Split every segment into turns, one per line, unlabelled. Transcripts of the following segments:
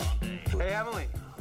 Hey, Emily,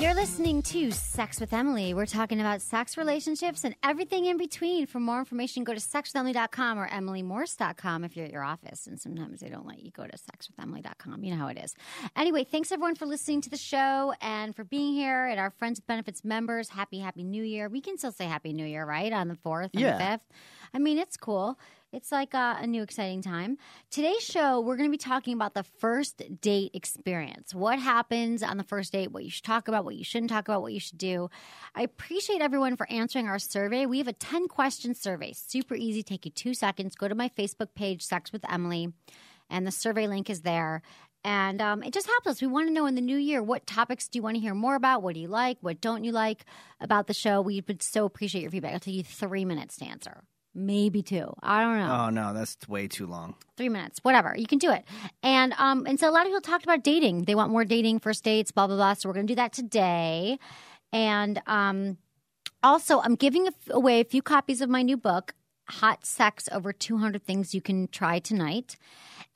You're listening to Sex with Emily. We're talking about sex relationships and everything in between. For more information, go to sexwithemily.com or emilymorse.com if you're at your office. And sometimes they don't let you go to sexwithemily.com. You know how it is. Anyway, thanks everyone for listening to the show and for being here. And our Friends with Benefits members, happy, happy new year. We can still say happy new year, right? On the 4th and
Yeah.
the 5th. I mean, it's cool. It's like uh, a new exciting time. Today's show, we're going to be talking about the first date experience. What happens on the first date, what you should talk about, what you shouldn't talk about, what you should do. I appreciate everyone for answering our survey. We have a 10 question survey, super easy, take you two seconds. Go to my Facebook page, Sex with Emily, and the survey link is there. And um, it just helps us. We want to know in the new year what topics do you want to hear more about? What do you like? What don't you like about the show? We would so appreciate your feedback. It'll take you three minutes to answer, maybe two. I don't know
Oh no, that's way too long.
three minutes, whatever. You can do it. And um, and so a lot of people talked about dating. They want more dating, first dates, blah blah blah. So we're gonna do that today. And um, also, I'm giving a f- away a few copies of my new book, Hot Sex: Over 200 Things You Can Try Tonight.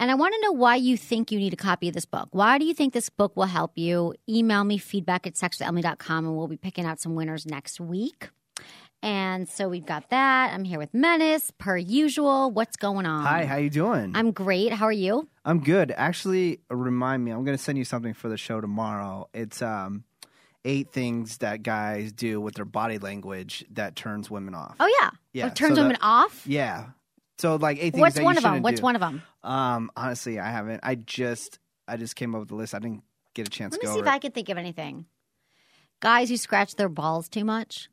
And I want to know why you think you need a copy of this book. Why do you think this book will help you? Email me feedback at sexwithemily.com and we'll be picking out some winners next week. And so we've got that. I'm here with Menace, per usual. What's going on?
Hi, how you doing?
I'm great. How are you?
I'm good. Actually, remind me. I'm going to send you something for the show tomorrow. It's um eight things that guys do with their body language that turns women off.
Oh yeah.
Yeah,
It turns
so
women
that-
off.
Yeah. So like eight things
What's
that
one
you
of them?
shouldn't
What's
do.
one of them?
Um honestly, I haven't. I just I just came up with the list. I didn't get a chance
Let
to
me
go
see if
over
I
it.
can think of anything. Guys who scratch their balls too much.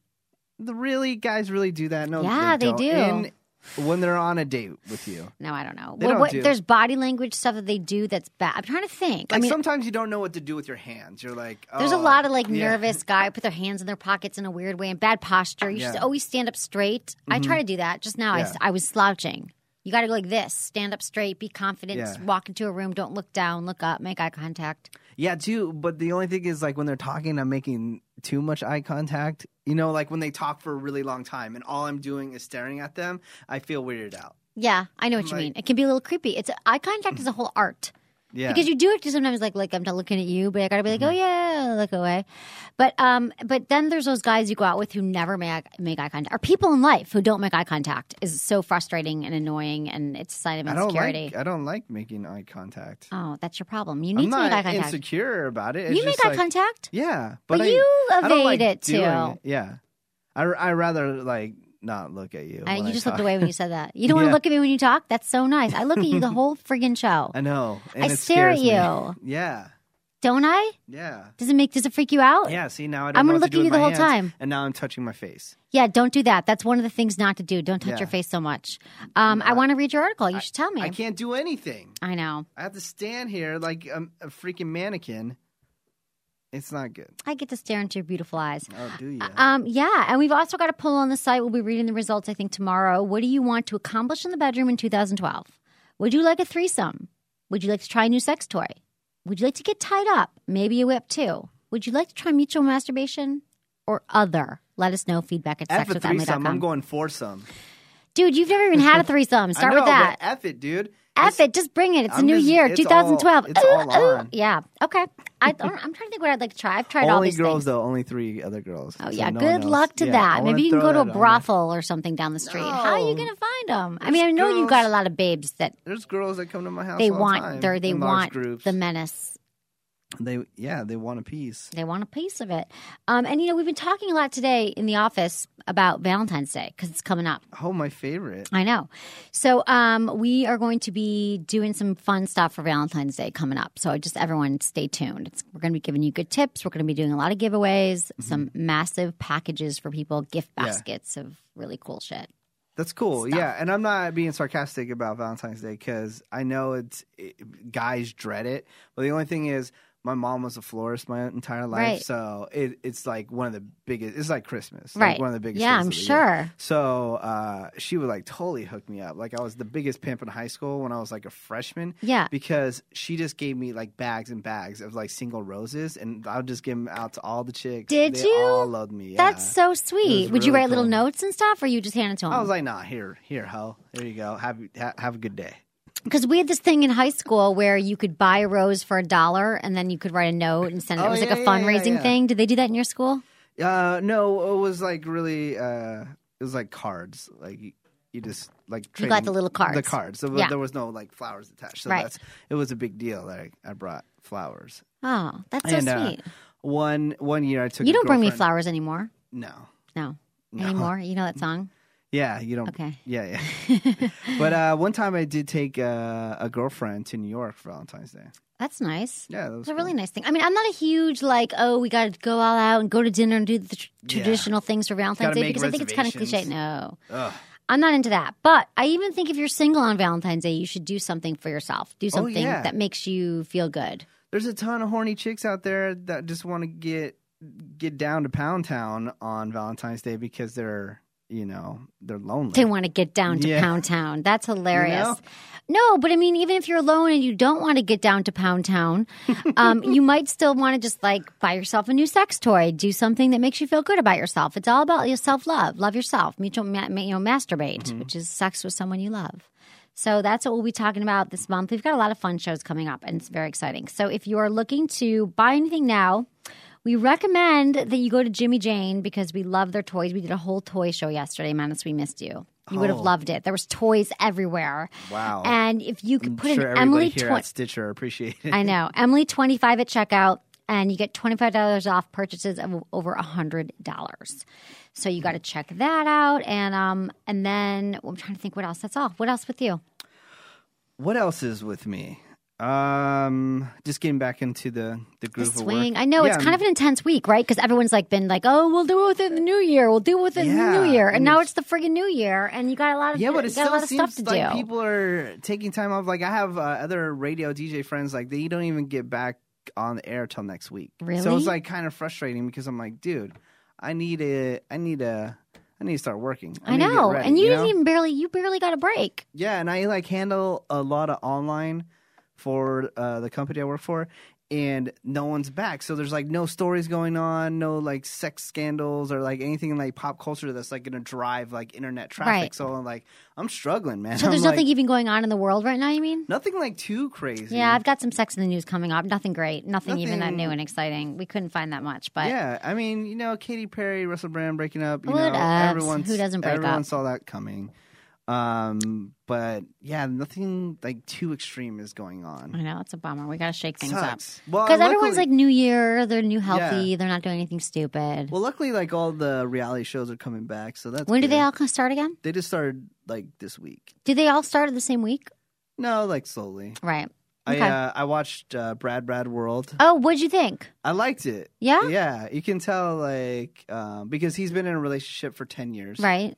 The really guys really do that. No.
Yeah, they
don't.
do.
In- when they're on a date with you.
No, I don't know.
They
What-
don't
what-
do.
There's body language stuff that they do that's bad. I'm trying to think.
Like
I mean,
sometimes you don't know what to do with your hands. You're like,
there's a
oh,
lot of like
yeah.
nervous guy who put their hands in their pockets in a weird way and bad posture. You should
Yeah. Mm-hmm.
always stand up straight. I try to do that. Just now, I s
Yeah.
I I, was slouching. You got to go like this: stand up straight, be confident,
Yeah.
walk into a room, don't look down, look up, make eye contact.
Yeah, too. But the only thing is, like, when they're talking, I'm making too much eye contact. You know, like when they talk for a really long time and all I'm doing is staring at them, I feel weirded out.
Yeah, I know what you
Like-
mean. It can be a little creepy. It's eye contact is a whole art.
Yeah. Mm-hmm.
because you do it to sometimes like like I'm not looking at you, but I gotta be like, oh yeah, look away. But um, but then there's those guys you go out with who never make make eye contact, or people in life who don't make eye contact is so frustrating and annoying, and it's a sign of
I don't
insecurity.
like I don't like making eye contact.
oh, that's your problem. You need to
I'm
make eye
not
contact.
insecure about it. It's
you make
just
eye
like-
contact.
Yeah, but,
But
I-
you
I don't like
evade it, too.
doing it. Yeah, I I rather like not look at you.
I-
when
Uh, you
I
just
talk.
looked away when you said that. You don't want to
uh, Yeah.
look at me when you talk. That's so nice. I look at you the whole friggin' show.
I know. And
I
it
stare at
scares me.
you.
Yeah,
Don't I?
yeah,
Does it make? Does it freak you out?
yeah. See now I don't
I'm
know
gonna
what
look
to
at
do
you
with
the
my
whole
hands,
time.
and now I'm touching my face.
Yeah, don't do that. That's one of the things not to do. Don't touch
Yeah.
your face so much. Um, I want to read your article. You should tell me.
I can't do anything.
I know.
I have to stand here like a, a freaking mannequin. It's not good.
I get to stare into your beautiful eyes.
Oh, do you?
Um, yeah, and we've also got a poll on the site. We'll be reading the results, I think, tomorrow. What do you want to accomplish in the bedroom in 2012? Would you like a threesome? Would you like to try a new sex toy? Would you like to get tied up? Maybe a whip too. Would you like to try mutual masturbation or other? Let us know. Feedback at
F a threesome. I'm
sexwithemily.com.
going foursome.
Dude, you've never even had a threesome. Start
I know,
with that.
But F it, dude.
F it, just bring it. It's a
I'm
new
just-
year,
it's
2012.
all- it's all on.
uh, Yeah. Okay. I, don't- I'm trying to think what I'd like to try. I've tried
Only
all these
girls
things.
though. Only three other girls.
Oh
So
yeah.
no one
Good
else.
luck to
Yeah, I
that.
wanna
Maybe you can
throw
go to a
that out there.
brothel or something down the street. How are you
No.
gonna find them? I mean, I know you
girls-
got a lot of babes that
There's girls that come to my house.
they
all the
want
time
their they
in large
want
groups.
the menace.
They yeah, they want a piece.
They want a piece of it. Um, and you know, we've been talking a lot today in the office about Valentine's Day because it's coming up.
Oh, my favorite.
I know. So um, we are going to be doing some fun stuff for Valentine's Day coming up. So just everyone stay tuned. It's, we're going to be giving you good tips. We're going to be doing a lot of giveaways, some massive packages for people, gift
Mm-hmm. Yeah.
baskets of really cool shit.
That's cool.
stuff.
Yeah, and I'm not being sarcastic about Valentine's Day because I know it's it, guys dread it. But the only thing is, my mom was a florist my entire life,
Right.
so it, it's like one of the biggest. It's like Christmas,
right.
Like one of the biggest.
Yeah,
things
I'm
of the year.
sure.
So uh, she would like totally hook me up. Like I was the biggest pimp in high school when I was like a freshman
Yeah.
because she just gave me like bags and bags of like single roses, and I would just give them out to all the chicks.
Did
They
you?
All loved me.
That's
yeah.
so sweet.
was
Would you
really
write little
cool.
notes and stuff, or you just hand it to
I was
him?
like, nah, here, here, ho, there you go. Have ha- have a good day.
Because we had this thing in high school where you could buy a rose for a dollar, and then you could write a note and send it.
Oh,
it was
yeah,
like a
yeah, yeah,
fundraising
yeah.
thing. Did they do that in your school?
Uh, no, it was like really. Uh, it was like cards. Like you, you just like
You got the
trading-
little cards.
The cards. So
Yeah.
there was no like flowers attached. So
Right.
that's it was a big deal that I, I brought flowers.
Oh, that's so
and uh,
sweet.
one one year I took.
you
a
don't bring me
girlfriend-
flowers anymore.
No.
No. Anymore? You know that song?
Yeah, you don't.
Okay.
Yeah, yeah. but uh, one time I did take uh, a girlfriend to New York for Valentine's Day.
That's nice.
Yeah, that was
It's a really nice thing. I mean, I'm not a huge like, oh, we got to go all out and go to dinner and do the tr- traditional things for Valentine's
Gotta
Day
make
because I think it's kind of cliche.
reservations.
No, I'm not into that. But I even think if you're single on Valentine's Day, you should do something for yourself. Do something
Oh, yeah.
that makes you feel good.
There's a ton of horny chicks out there that just want to get get down to Pound Town on Valentine's Day because they're you know they're lonely.
They want to get down to
Yeah.
Pound Town. That's hilarious.
know?
No, but I mean, even if you're alone and you don't want to get down to Pound Town, um, you might still want to just like buy yourself a new sex toy, do something that makes you feel good about yourself. It's all about your self love, love yourself, mutual, ma- ma- you know, masturbate, which is sex with someone you love. So that's what we'll be talking about this month. We've got a lot of fun shows coming up, and it's very exciting. So if you are looking to buy anything now, we recommend that you go to Jimmy Jane because we love their toys. We did a whole toy show yesterday, Manus. We missed you. You would have
Oh.
loved it. There was toys everywhere.
Wow.
And if you could
I'm
put
sure
an
everybody
Emily
here
twen-
at Stitcher appreciate it.
I know. Emily 25 at checkout, and you get $25 off purchases of over $100. So you got to check that out. And um, and then I'm trying to think what else. That's all. What else with you?
What else is with me? Um, just getting back into the the
The
groove.
swing. I know it's kind of an intense week, right? Because everyone's like been like, oh, we'll do it within the new year. We'll do it within the
Yeah,
new year. And,
and
now
it's-
it's the friggin' new year, and you got a lot of
Yeah, but
you
it
got a
still
lot of stuff
seems
to
like
do.
people are taking time off. Like I have uh, other radio DJ friends, like they don't even get back on the air till next week. So
Really?
it's like kind of frustrating because I'm like, dude, I need a, I need a, I need to start working.
I
need to get
know,
ready,
and you,
know?
didn't even barely you barely got a break.
Yeah, and I like handle a lot of online for uh, the company I work for, and no one's back. So there's like no stories going on, no like sex scandals or like anything in like pop culture that's like gonna drive like internet traffic.
Right.
So I'm like, I'm struggling, man.
So there's
I'm,
nothing
like,
even going on in the world right now. You mean?
nothing like too crazy.
Yeah, I've got some sex in the news coming up. Nothing great. Nothing, even that
Mm. Nothing-
new and exciting. We couldn't find that much, but
yeah, I mean, you know, Katy Perry, Russell Brand breaking up. You
What
know,
ups?
everyone
Who doesn't break
everyone
up?
saw that coming. Um, but yeah, nothing like too extreme is going on.
I know it's a bummer. We got to shake things up
Sucks. Well,
because everyone's
luckily-
like new year. They're new healthy.
Yeah.
They're not doing anything stupid.
Well, luckily, like all the reality shows are coming back, so that's
when do
good.
they all kinda start again?
They just started like this week.
Do they all start at the same week?
No, like slowly.
Right. Okay.
I uh, I watched uh, Brad Brad World.
Oh, what'd you think?
I liked it.
Yeah?
yeah. You can tell like um, because he's been in a relationship for ten years,
Right.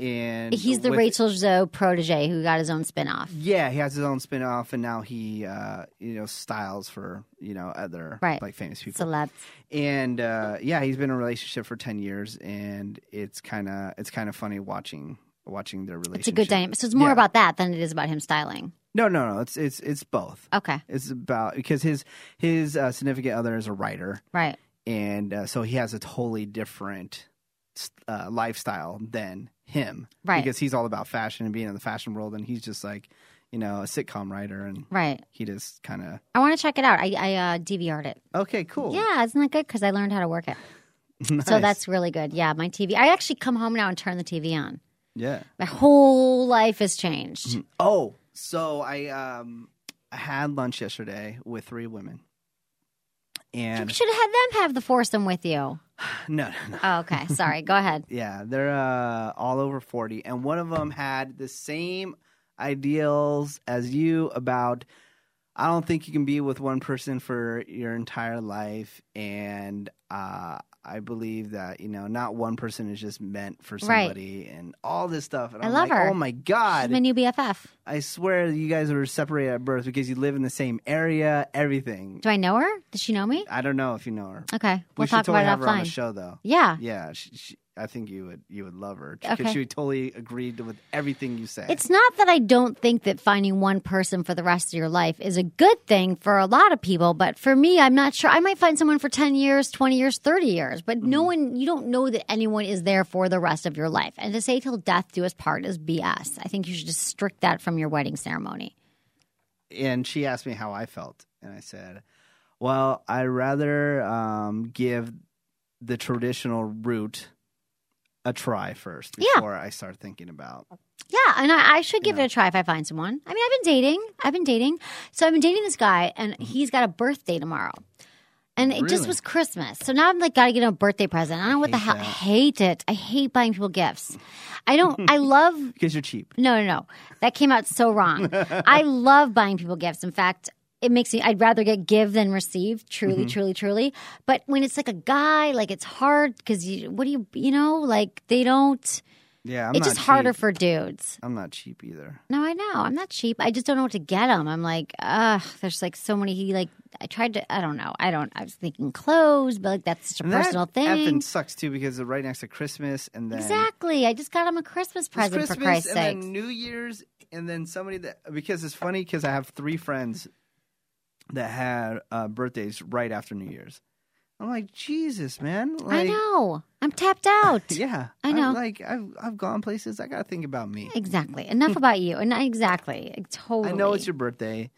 And
He's the
with- Mm-hmm.
Rachel Zoe protege who got his own spinoff.
Yeah, he has his own spin off, and now he uh, you know styles for you know other
Right.
like famous people.
Celebs.
and uh, yeah, he's been in a relationship for ten years, and it's kind of it's kind of funny watching watching their relationship.
It's a good dynamic. So it's more
Yeah.
about that than it is about him styling.
No, no, no. It's it's it's both.
Okay.
It's about because his his uh, significant other is a writer,
Right.
and uh, so he has a totally different uh, lifestyle than him,
Right.
Because he's all about fashion and being in the fashion world, and he's just like you know a sitcom writer, and
Right.
he just kind of
I want to check it out. I, I uh, DVR'd it.
okay, cool.
Yeah, isn't that good? Because I learned how to work it.
Nice.
So that's really good. Yeah, my TV. I actually come home now and turn the TV on.
yeah.
My whole life has changed.
Oh, so I um I had lunch yesterday with three women,
You
and
should have had them have the foursome with you.
no, no, no.
Oh, okay. Sorry. Go ahead.
Yeah, they're uh, all over 40. And one of them had the same ideals as you about I don't think you can be with one person for your entire life. And uh, I believe that you know not one person is just meant for
Right.
somebody and all this stuff. And
I
I'm
love
like,
her.
Oh my
She's
god!
my new BFF.
I swear you guys were separated at birth because you live in the same area. Everything.
Do I know her? Does she know me?
I don't know if you know her.
Okay,
we
we'll
should
talk
totally
about
have
it
her on the
offline.
show though.
Yeah.
Yeah, she, she, I think you would you would love her because
Okay.
she would totally agreed with everything you say.
It's not that I don't think that finding one person for the rest of your life is a good thing for a lot of people, but for me, I'm not sure. I might find someone for 10 years, 20 years, 30 years, but no one, you don't know that anyone is there for the rest of your life. And to say till death do us part is BS. I think you should just strict that from your wedding ceremony.
and she asked me how I felt, and I said, "Well, I rather um, give the traditional route a try first
Yeah.
before I start thinking about."
Yeah, and I, I should give it a try if I find someone. I mean, I've been dating. I've been dating. So I've been dating this guy, and he's got a birthday tomorrow. And it just
Mm-hmm. Really?
was Christmas. So now I'm like, gotta get him a birthday present. I don't know what the hell. I hate it. I hate buying people gifts. I don't, I love
Because you're cheap.
no, no, no. That came out so wrong. I love buying people gifts. In fact, it makes me I'd rather get give than receive, truly,
Mm-hmm.
truly, truly. But when it's like a guy, like it's hard because you what do you you know, like they don't
Yeah, I'm
it's
not
just harder
cheap.
for dudes.
I'm not cheap either.
No, I know. I'm not cheap. I just don't know what to get them. I'm like, ugh, there's like so many he like I tried to I don't know. I don't I was thinking clothes, but like that's such a
And
personal
that
thing.
effing sucks too because they're right next to Christmas and then
Exactly. I just got him a Christmas
It's
present for
Christmas
Christ's
and
sake.
then New Year's and then somebody that because it's funny because I have three friends that had uh, birthdays right after New Year's. I'm like Jesus, man. Like,
I know. I'm tapped out.
Yeah,
I
I'm
know.
like I've I've gone places. I gotta think about me.
Exactly. Enough about you. And I- exactly. Totally.
I know it's your birthday,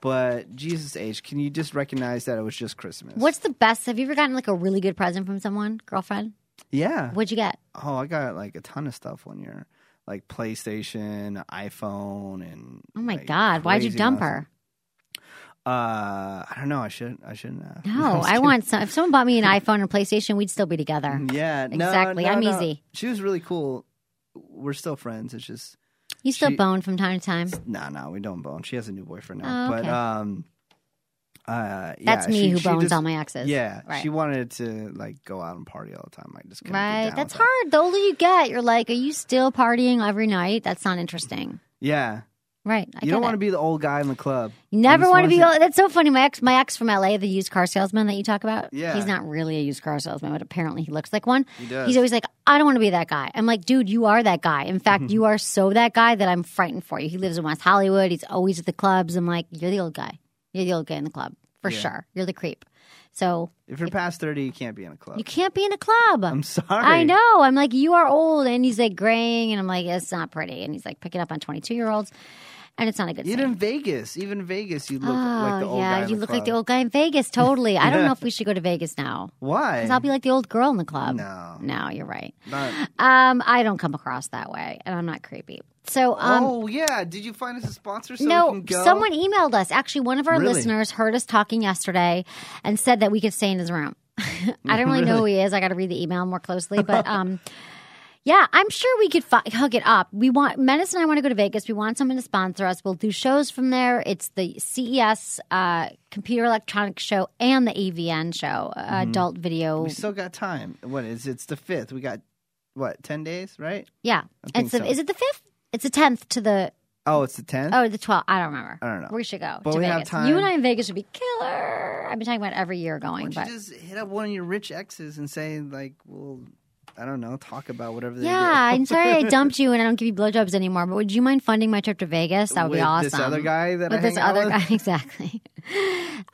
but Jesus H, can you just recognize that it was just Christmas?
What's the best? Have you ever gotten like a really good present from someone, girlfriend?
yeah?
What'd you get?
Oh, I got like a ton of stuff one year, like PlayStation, iPhone, and
Oh my
like,
God. Why'd you
crazy
dump
amounts
her?
of- Uh, I don't know. I should I shouldn't have.
No,
I'm
I
just Mm,
want some. If someone bought me an iPhone and PlayStation, we'd still be together.
kidding. Yeah, no,
Exactly,
no,
I'm
no.
easy.
She was really cool. We're still friends. It's just
You still
She-
bone from time to time.
no, no, we don't bone. She has a new boyfriend now,
Oh,
but
okay.
um, uh, yeah,
That's me
she-
who
she
bones
just-
all my exes.
Yeah,
Right.
she wanted to like go out and party all the time. I just couldn't get
Right.
down
That's
with that.
hard. The older you get, you're like, are you still partying every night? That's not interesting.
Yeah,
Right. I
you
get
don't want
it.
to be the old guy in the club.
You never
just
want to
wanna
be.
see-
old. That's so funny. My ex, my ex from LA, the used car salesman that you talk about.
Yeah.
he's not really a used car salesman, but apparently he looks like one.
He does.
He's always like, "I don't want to be that guy." I'm like, "Dude, you are that guy. In fact, you are so that guy that I'm frightened for you." He lives in West Hollywood. He's always at the clubs. I'm like, "You're the old guy. You're the old guy in the club for
Yeah.
sure. You're the creep." So
If you're past thirty, you can't be in a club.
you can't be in a club.
I'm sorry.
I know. I'm like, you are old, and he's like graying, and I'm like, it's not pretty. And he's like picking up on 22 year olds, and it's not a good. sign.
Even Vegas, even Vegas, you look like the
Oh
old guy.
yeah,
in
you
the
look like the
club.
old guy in Vegas. Totally. I don't
Yeah.
know if we should go to Vegas now.
Why?
'Cause I'll be like the old girl in the club.
No.
no, you're right.
Not-
Um, I don't come across that way, and I'm not creepy. So, um,
oh yeah, did you find us a sponsor? So we
no,
can go?
someone emailed us. Actually, one of our
Really?
listeners heard us talking yesterday and said that we could stay in his room. I don't really, know who he is. I got to read the email more closely, but um, yeah, I'm sure we could fi- hook it up. We want Menace and I want to go to Vegas. We want someone to sponsor us. We'll do shows from there. It's the CES uh, Computer Electronics Show and the AVN Show, uh, Adult Video.
Mm-hmm. We still got time. What is? It's the fifth. We got what? Ten days, right?
yeah,
think
it's the,
so.
is it the fifth? It's the tenth to the
Oh, it's the tenth.
Oh, the 12th. I don't remember.
I don't know.
We should go.
But
to
we have
Vegas.
time.
You and I in Vegas would be killer. I've been talking about every year going,
Why
but
don't you just hit up one of your rich exes and say like, "Well, I don't know, talk about whatever." They
yeah,
do.
I'm sorry I dumped you and I don't give you blowjobs anymore. But would you mind funding my trip to Vegas? That would
With
be awesome.
This other guy that
with
I
this
hang out
other
with?
guy, exactly.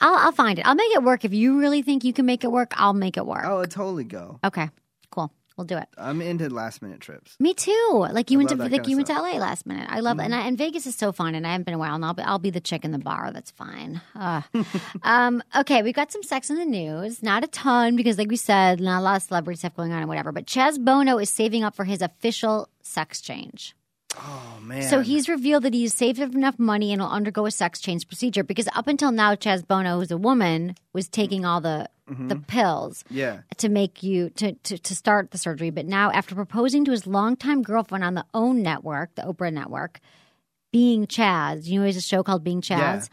I'll I'll find it. I'll make it work. If you really think you can make it work, I'll make it work.
Oh, I'd totally go.
Okay, cool. We'll do it.
I'm into last minute trips.
Me too. Like you
I
went to
love that
like
kinda
you went to
stuff. Mm-hmm.
LA last minute. I love and I, and Vegas is so fun. And I haven't been a while, and I'll be, I'll be the chick in the bar. That's fine. Ugh. um, okay, we've got some sex in the news. Not a ton because, like we said, not a lot of celebrity stuff going on and whatever. But Chaz Bono is saving up for his official sex change.
Oh man.
So he's revealed that he's saved up enough money and will undergo a sex change procedure because up until now, Chaz Bono, who's a woman, was taking
Mm-hmm.
all the the pills
yeah.
to make you to, to, to start the surgery. But now, after proposing to his longtime girlfriend on the OWN network, the Oprah network, Being Chaz, you know, he has a show called Being Chaz.
Yeah.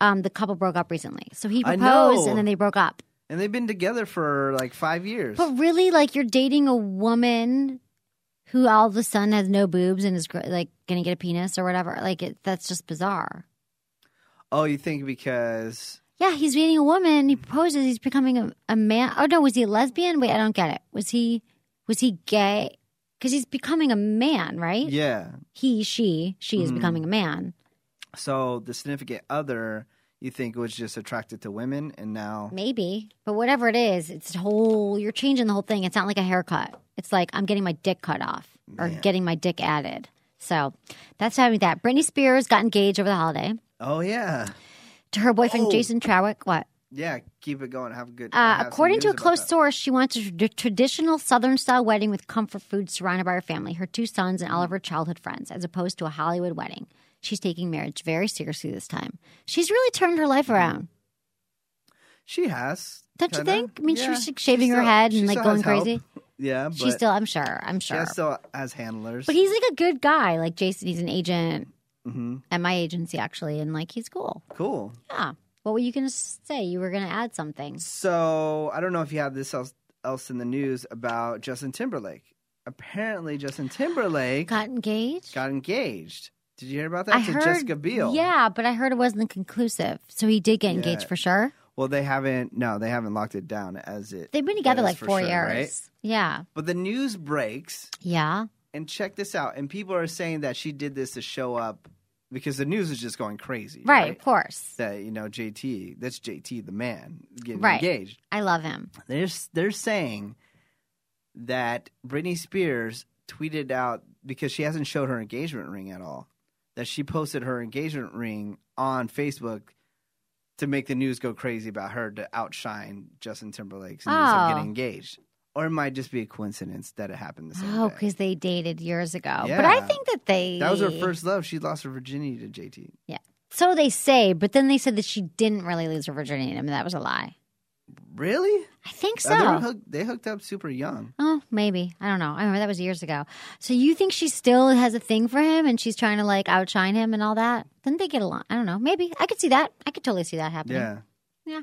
Um, the couple broke up recently. So he
I
proposed
know.
and then they broke up.
And they've been together for like five years.
But really, like you're dating a woman who all of a sudden has no boobs and is gr- like going to get a penis or whatever. Like it, that's just bizarre.
Oh, you think because
Yeah, he's dating a woman. He proposes. He's becoming a, a man. Oh no, was he a lesbian? Wait, I don't get it. Was he was he gay? Because he's becoming a man, right?
yeah.
He, she, she is becoming a man.
So the significant other you think was just attracted to women, and now
Maybe, but whatever it is, it's whole. You're changing the whole thing. It's not like a haircut. It's like I'm getting my dick cut off or getting my dick added. So that's having that. Britney Spears got engaged over the holiday
oh yeah,
to her boyfriend
Oh.
Jason Trawick. What?
yeah. Keep it going. Have a good.
Uh,
have some
according to
news
a
about
close
that.
source, she wants a tra- traditional Southern style wedding with comfort food surrounded by her family, her two sons, and all of her childhood friends, as opposed to a Hollywood wedding. She's taking marriage very seriously this time. She's really turned her
Mm-hmm.
life around.
She has.
Don't you
kinda.
think? I mean, she
Yeah.
was, like, shaving
She
her
still-
head
she
and, like,
still has
going
help.
crazy.
Yeah, but
She's still, I'm sure, I'm
she
sure.
has still has handlers.
But he's like a good guy. Like Jason, he's an agent
Mhm.
at my agency actually, and like he's cool.
cool.
Yeah. What were you gonna say? You were gonna add something.
So I don't know if you have this else, else in the news about Justin Timberlake. Apparently, Justin Timberlake
Got engaged.
got engaged. Did you hear about that?
I
to
heard
Jessica Biel.
Yeah, but I heard it wasn't conclusive. So he did get engaged
Yeah.
for sure.
Well, they haven't. No, they haven't locked it down as it.
They've been together
is
like
for
four
sure,
years.
right?
Yeah.
But the news breaks,
Yeah.
and check this out. And people are saying that she did this to show up because the news is just going crazy.
Right,
Right.
of course.
That you know, JT. That's JT, the man, getting
Right.
engaged.
I love him.
They're s- they're saying that Britney Spears tweeted out because she hasn't showed her engagement ring at all. That she posted her engagement ring on Facebook to make the news go crazy about her to outshine Justin Timberlake's news of
Oh.
getting engaged. Or it might just be a coincidence that it happened the same
Oh,
day.
because they dated years ago. But I
Yeah.
think that they
That was her first love. She lost her virginity to JT.
So they say, but then they said that she didn't really lose her virginity. I mean, that was a lie.
Really?
I think so.
Uh, they, were hooked, they hooked up super young.
Oh, maybe. I don't know. I remember that was years ago. So you think she still has a thing for him and she's trying to like outshine him and all that? Didn't they get along? I don't know. Maybe. I could see that. I could totally see that happening.
Yeah.
Yeah.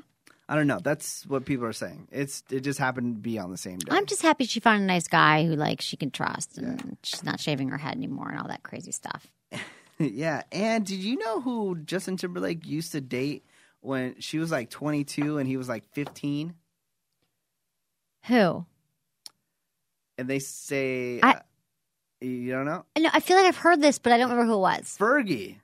I don't know. That's what people are saying. It's it just happened to be on the same day.
I'm just happy she found a nice guy who like she can trust and she's not shaving her head anymore and all that crazy stuff.
yeah. And did you know who Justin Timberlake used to date when she was like 22 and he was like 15?
Who?
And they say
I-
uh, you don't know
I know I feel like I've heard this, but I don't remember who it was.
Fergie.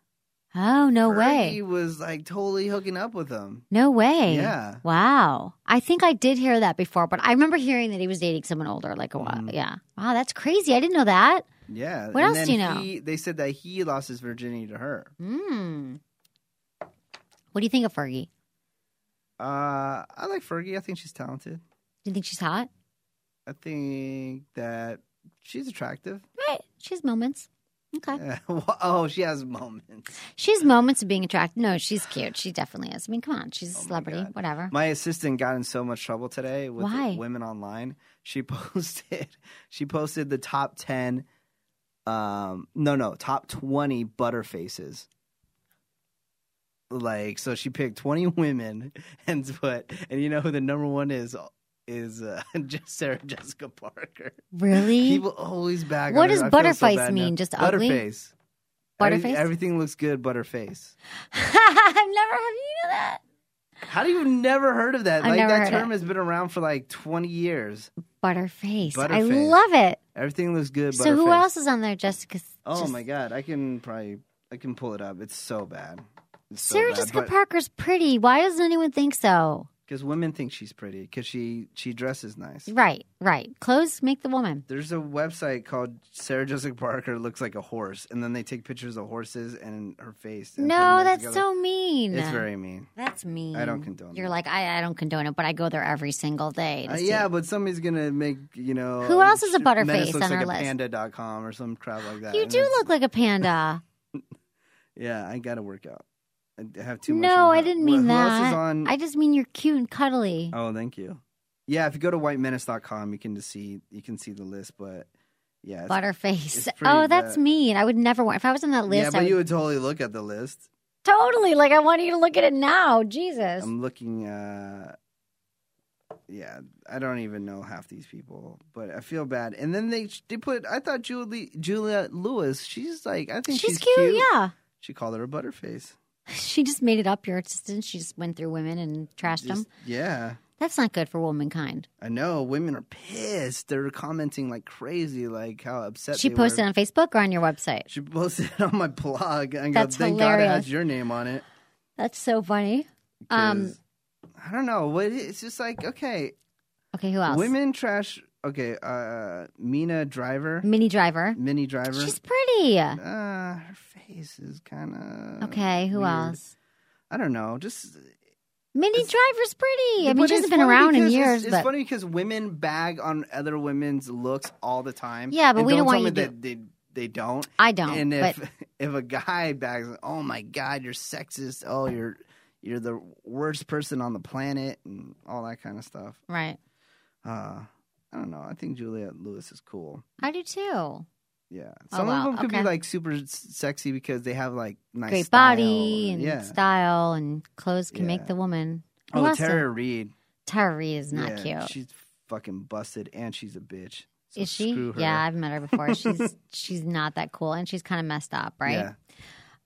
Oh, no
Fergie
way.
was like totally hooking up with him.
No way.
Yeah.
Wow. I think I did hear that before, but I remember hearing that he was dating someone older, like a while.
Mhm.
Yeah. Wow, that's crazy. I didn't know that.
Yeah.
What
and
else
then
do you know?
He, they said that he lost his virginity to her.
Mm. What do you think of Fergie?
Uh, I like Fergie. I think she's talented.
Do you think she's hot?
I think that she's attractive.
Right. She has moments. Okay.
oh, she has moments.
She has moments of being attracted. No, she's cute. She definitely is. I mean, come on. She's a
Oh my
celebrity.
God.
Whatever.
My assistant got in so much trouble today with
Why?
women online. She posted she posted the top 10 um no no, top 20 butterfaces. Like so she picked 20 women and put and you know who the number one is is uh, just Sarah Jessica Parker.
Really?
People always back.
What
on her.
does
I feel so
butterface
bad
mean?
now.
Just ugly?
Butterface.
Butterface?
Every- everything looks good butterface.
I've never have you know that.
How do you never heard of that?
I've
like
never
that
heard
term
it.
has been around for like twenty years.
Butterface. I
Butterface.
love it.
Everything looks good.
So who
butterface.
else is on there? Jessica.
Oh
just-
my god, I can probably I can pull it up. It's so bad. It's so
Sarah
bad,
Jessica Parker's pretty. Why doesn't anyone think so?
because women think she's pretty because she she dresses nice.
Right. Right. Clothes make the woman.
There's a website called Sarah Jessica Parker looks like a horse, and then they take pictures of horses and her face. and
No,
put them
that's
together.
so mean.
It's very mean.
That's mean.
I don't condone
You're
that.
like I, I don't condone it, but I go there every single day. to
Uh,
see.
yeah, but somebody's gonna make you know.
Who else is a
sh-
butterface
Menace looks
on
like
our
a
list?
Panda.com or some crap like that.
you
and
do
it's-
look like a panda.
Yeah, I gotta work out. I have too much.
no,
workout.
I didn't mean
Who
that.
Else is on...
I just mean you're cute and cuddly.
Oh, thank you. Yeah, if you go to whitemenace.com, you can just see you can see the list. But yeah, it's-
Butterface.
it's pretty
Oh, that's
bad.
mean. I would never want. If I was on that list,
yeah,
I
but
would,
you would totally look at the list. Um,
totally like. I want you to look at it now. Jesus.
I'm looking. uh yeah, I don't even know half these people, but I feel bad. And then they they put. I thought Julie Julia Lewis. She's like I think
She's
she's,
cute, yeah.
She called her a butterface.
She just made it up, your assistant. She just went through women and trashed them.
Just- yeah,
That's not good for womankind.
I know. Women are pissed. They're commenting like crazy, like how upset
She
they
posted
Were.
on Facebook or on your website.
She posted it on my blog. I go,
That's
thank God it
hilarious.
has your name on it.
That's so funny.
'cause
Um,
I don't know. What it's just like. Okay,
Okay, who else?
women trash. Okay, uh, Mina Driver,
Mini Driver.
Mini Driver.
She's pretty.
uh, her face is kind of
okay, who else?
I don't know. Just
Mini Driver's pretty. I mean,
but
she
it's
hasn't been
funny
around in
because
years,
It's, it's
but
funny because women bag on other women's looks all the time.
Yeah, but
And
we don't
don't
want
tell me
you to-
that they they don't.
I don't.
and if
but
if a guy bags, oh my god, you're sexist. Oh, you're you're the worst person on the planet, and all that kind of stuff.
right,
Uh, I don't know. I think Juliette Lewis is cool.
I do too.
Yeah,
Oh,
some
wow.
of them could
Okay.
be like super s- sexy because they have like nice
Great
style.
body and
yeah.
style and clothes can make
Yeah.
the woman. Who
Oh,
else?
Tara Reid,
Tara Reid is not
yeah,
cute.
She's fucking busted, and she's a bitch. So
is she?
screw her.
Yeah, I've met her before. She's she's not that cool, and she's kind of messed up, right?
Yeah.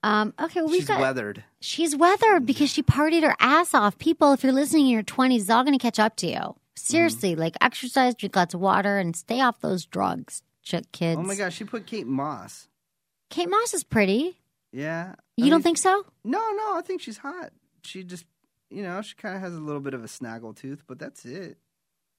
Um, okay, well, we've
she's
got
weathered.
she's weathered because she partied her ass off. People, if you're listening in your twenties, it's all going to catch up to you. Seriously,
Mm-hmm.
like exercise, drink lots of water, and stay off those drugs, ch- kids.
Oh my gosh, she put Kate Moss.
Kate Moss is pretty.
Yeah. I
You
mean-
don't think so?
No, no, I think she's hot. She just, you know, she kind of has a little bit of a snaggle tooth, but that's it.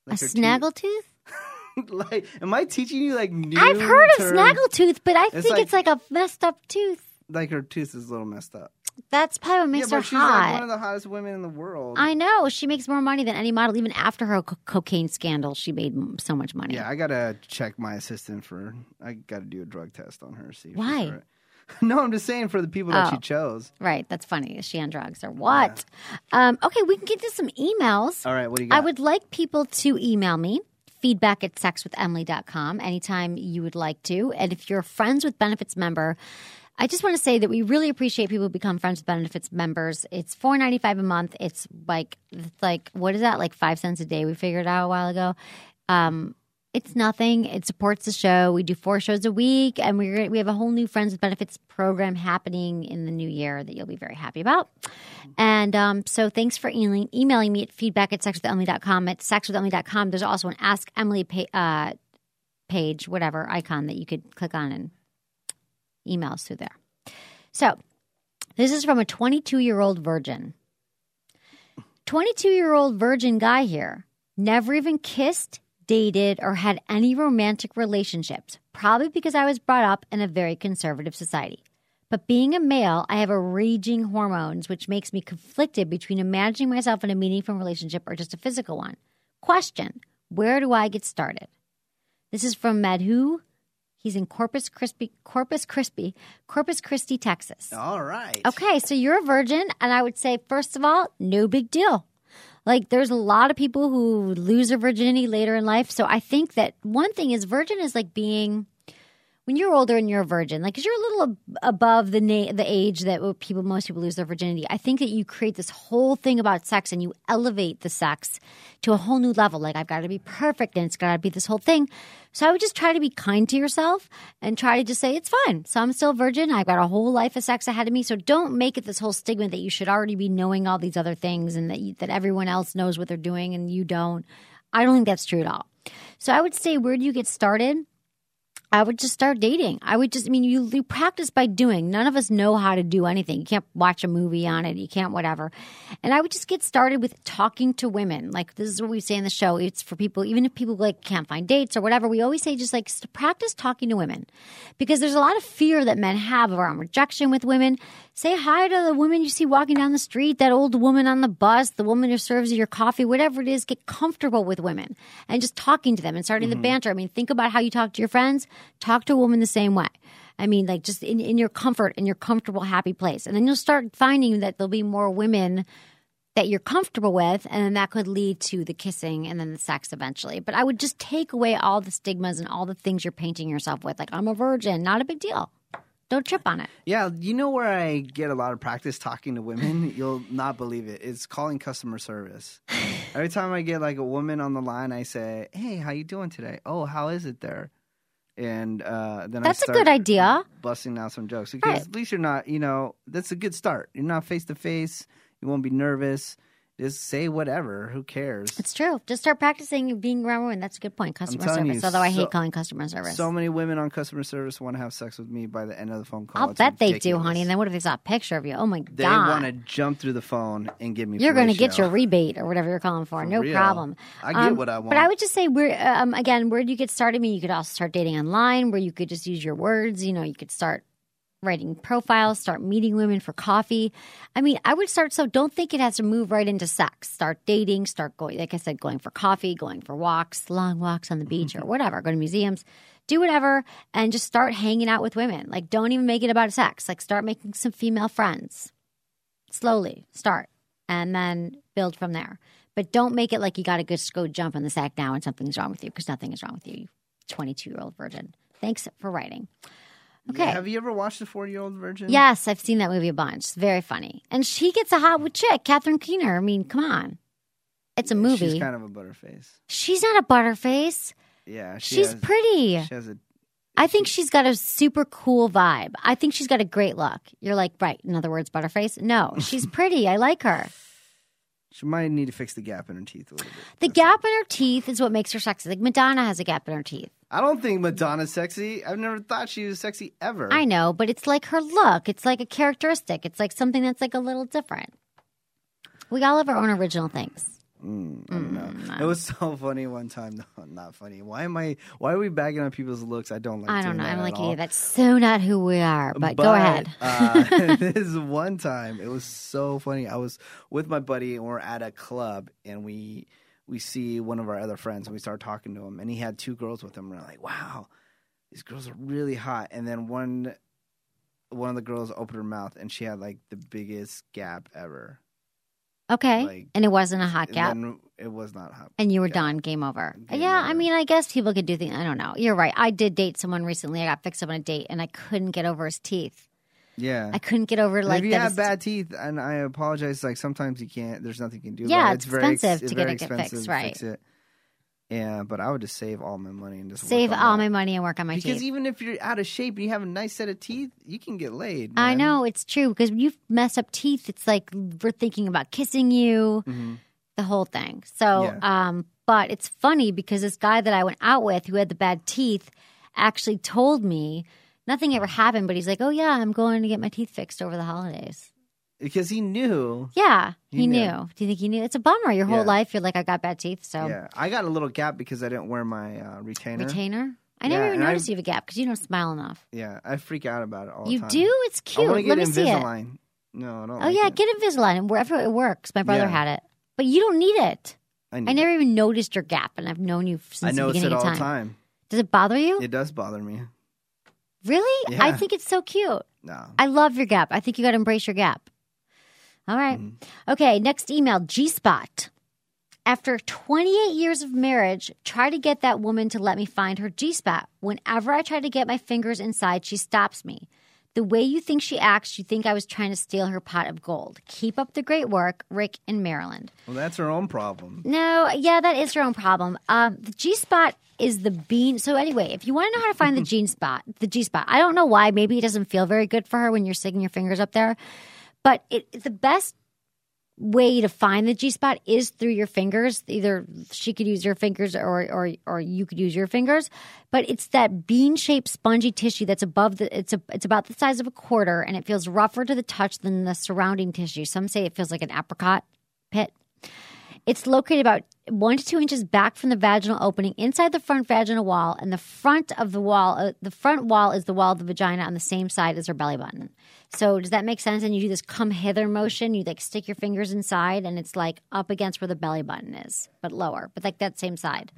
A
Like her teeth-
snaggletooth?
like, am I teaching you like new?
I've heard of
term?
snaggletooth, but I think
like-
it's like a messed up tooth.
Like her tooth is a little messed up.
That's probably what makes
yeah,
her
but she's
hot.
like one of the hottest women in the world.
I know she makes more money than any model, even after her co- cocaine scandal. She made m- so much money.
Yeah, I gotta check my assistant for. I gotta do a drug test on her. See if she's
Why?
all right. No, I'm just saying for the people that
Oh.
she chose.
Right, that's funny. Is she on drugs or what? Um, okay, we can get to some emails.
All right, what do you got?
I would like people to email me feedback at sexwithemily.com anytime you would like to. And if you're a friends with benefits member, I just want to say that we really appreciate people who become friends with benefits members. It's four ninety five a month. It's like it's like what is that? Like five cents a day. We figured out a while ago. Um, it's nothing. It supports the show. We do four shows a week, and we're we have a whole new Friends with Benefits program happening in the new year that you'll be very happy about. And um, so, thanks for emailing, emailing me at feedback at sexwithemily.com. At sexwithemily.com, there's also an Ask Emily pa- uh, page, whatever icon that you could click on and email us through there. So, this is from a 22 year old virgin. 22 year old virgin guy here. Never even kissed, dated, or had any romantic relationships, probably because I was brought up in a very conservative society. But being a male, I have a raging hormones, which makes me conflicted between imagining myself in a meaningful relationship or just a physical one. Question Where do I get started? This is from Madhu. He's in Corpus Christi, Corpus Christi, Corpus Christi, Texas.
all right.
Okay, so you're a virgin, and I would say, first of all, no big deal. Like, there's a lot of people who lose their virginity later in life. So I think that one thing is virgin is like being when you're older and you're a virgin, like, because you're a little ab- above the na- the age that wo- people most people lose their virginity. I think that you create this whole thing about sex and you elevate the sex to a whole new level. Like, I've got to be perfect, and it's got to be this whole thing. So I would just try to be kind to yourself and try to just say it's fine. So I'm still a virgin. I've got a whole life of sex ahead of me. So don't make it this whole stigma that you should already be knowing all these other things and that you, that everyone else knows what they're doing and you don't. I don't think that's true at all. So I would say, where do you get started? I would just start dating. I would just, I mean, you, you practice by doing. None of us know how to do anything. You can't watch a movie on it. You can't whatever. And I would just get started with talking to women. Like, this is what we say in the show. It's for people, even if people like can't find dates or whatever, we always say just like s- practice talking to women because there's a lot of fear that men have around rejection with women. Say hi to the woman you see walking down the street, that old woman on the bus, the woman who serves you your coffee, whatever it is, get comfortable with women and just talking to them and starting the banter. I mean, think about how you talk to your friends, talk to a woman the same way. I mean, like just in, in your comfort, in your comfortable, happy place. And then you'll start finding that there'll be more women that you're comfortable with, and then that could lead to the kissing and then the sex eventually. But I would just take away all the stigmas and all the things you're painting yourself with. Like, I'm a virgin, not a big deal. Don't trip on it.
Yeah, you know where I get a lot of practice talking to women? You'll not believe it. It's calling customer service. Every time I get like a woman on the line, I say, "Hey, how you doing today? Oh, how is it there?" And uh, then
That's
I
a
start
good idea.
busting out some jokes because
Right.
at least you're not, you know, that's a good start. You're not face to face. You won't be nervous. Just say whatever. Who cares?
It's true. Just start practicing being around women. That's a good point. Customer
telling
service.
you,
Although I
so-
hate calling customer service.
So many women on customer service want to have sex with me by the end of the phone call.
I'll
It's
bet they do,
ridiculous.
honey. And then what if they saw a picture of you? Oh my
They
god!
want to jump through the phone and give me.
you're going to
fellatio.
get your rebate or whatever you're calling for. no
real.
problem. Um,
I get what I
But I
want.
would just say, where um, again, where do you get started? I mean, you could also start dating online, where you could just use your words. You know, you could start writing profiles, start meeting women for coffee. I mean, I would start. So don't think it has to move right into sex. Start dating. Start going. Like I said, going for coffee, going for walks, long walks on the beach
Mm-hmm.
or whatever. Go to museums. Do whatever and just start hanging out with women. Like, don't even make it about sex. Like, start making some female friends slowly start and then build from there. But don't make it like you got to just go jump in the sack now and something's wrong with you because nothing is wrong with you, you 22 year old virgin. Thanks for writing. Okay.
Have you ever watched the Four Year Old Virgin?
Yes, I've seen that movie a bunch. It's very funny. And she gets a hot chick, Catherine Keener. I mean, come on. It's a movie.
She's
She's,
kind of a butterface.
not a butterface.
Yeah, she
She's
has,
pretty.
She has a
I think she's got a super cool vibe. I think she's got a great look. You're like, right, in other words, butterface? No, she's pretty. I like her.
She might need to fix the gap in her teeth a little bit.
The gap in her teeth is what makes her sexy. Like Madonna has a gap in her teeth.
I don't think Madonna's sexy. I've never thought she was sexy ever.
I know, but it's like her look. It's like a characteristic. It's like something that's like a little different. We all have our own original things.
Mm, It was so funny one time. No, not funny. Why am I? Why are we bagging on people's looks? I don't like.
I don't
doing
know.
That
I don't
at
like
all.
any of that. So not who we are. But, go ahead.
uh, this is one time. It was so funny. I was with my buddy and we're at a club and we we see one of our other friends and we start talking to him and he had two girls with him and we're like, wow, these girls are really hot. And then one one of the girls opened her mouth and she had like the biggest gap ever.
Okay.
uh, like-
and it wasn't a hot gap.
And then it was not hot.
And you were done. Game over. yeah, I mean, I guess people could do things. I don't know. You're right. I did date someone recently. I got fixed up on a date, and I couldn't get over his teeth.
Yeah.
I couldn't get over
And
like
if you
that
have
his-
bad teeth, and I apologize, like sometimes you can't. There's nothing you can do. about
Yeah,
it.
it's
very ex-
expensive to get
very
it get
expensive
fixed,
to fix
right.
it. Yeah, but I would just save all my money and just work
save
on
all
that.
my money and work on my
because
teeth.
even if you're out of shape and you have a nice set of teeth, you can get laid.
I
man.
know it's true because when you mess up teeth, it's like we're thinking about kissing you,
Mm-hmm.
the whole thing. So, um, but it's funny because this guy that I went out with who had the bad teeth actually told me nothing ever happened, but he's like, "Oh yeah, I'm going to get my teeth fixed over the holidays."
because he knew.
Yeah, he,
He
knew.
knew.
Do you think he knew? It's a bummer. Your whole
Yeah.
life, you're like, "I got bad teeth," so
Yeah, I got a little gap because I didn't wear my uh, retainer.
retainer. I
Yeah,
never even
and I-
noticed you have a gap because you don't smile enough.
yeah, I freak out about it all
You
the time.
do. It's
I
cute.
wanna
Let me
get
see it.
Invisalign. No, I don't.
Oh
like
yeah,
it.
get Invisalign and wherever it works. My brother
Yeah.
had it, but you don't need it.
I, need
I
it.
never even noticed your gap, and I've known you
I
since the
notice
beginning
it all
of
the
time.
time.
Does it bother you?
It does bother me.
really? I
Yeah.
think it's so cute.
No,
I love your gap. I think you got to embrace your gap. All right. Okay. Next email, G Spot. After 28 years of marriage, try to get that woman to let me find her G spot. Whenever I try to get my fingers inside, she stops me. The way you think she acts, you think I was trying to steal her pot of gold. Keep up the great work, Rick in Maryland.
well, that's her own problem.
No, yeah, that is your own problem. Um, the G spot is the bean. So anyway, if you want to know how to find the G spot, the G spot. I don't know why. Maybe it doesn't feel very good for her when you're sticking your fingers up there, but it the best way to find the G spot is through your fingers. Either she could use your fingers or or or you could use your fingers, but it's that bean-shaped spongy tissue that's above the it's a, it's about the size of a quarter and it feels rougher to the touch than the surrounding tissue. Some say it feels like an apricot pit. It's located about one to two inches back from the vaginal opening inside the front vaginal wall, and the front of the wall, uh, the front wall is the wall of the vagina on the same side as her belly button. So does that make sense? And you do this come hither motion. You like stick your fingers inside, and it's like up against where the belly button is, but lower, but like that same side.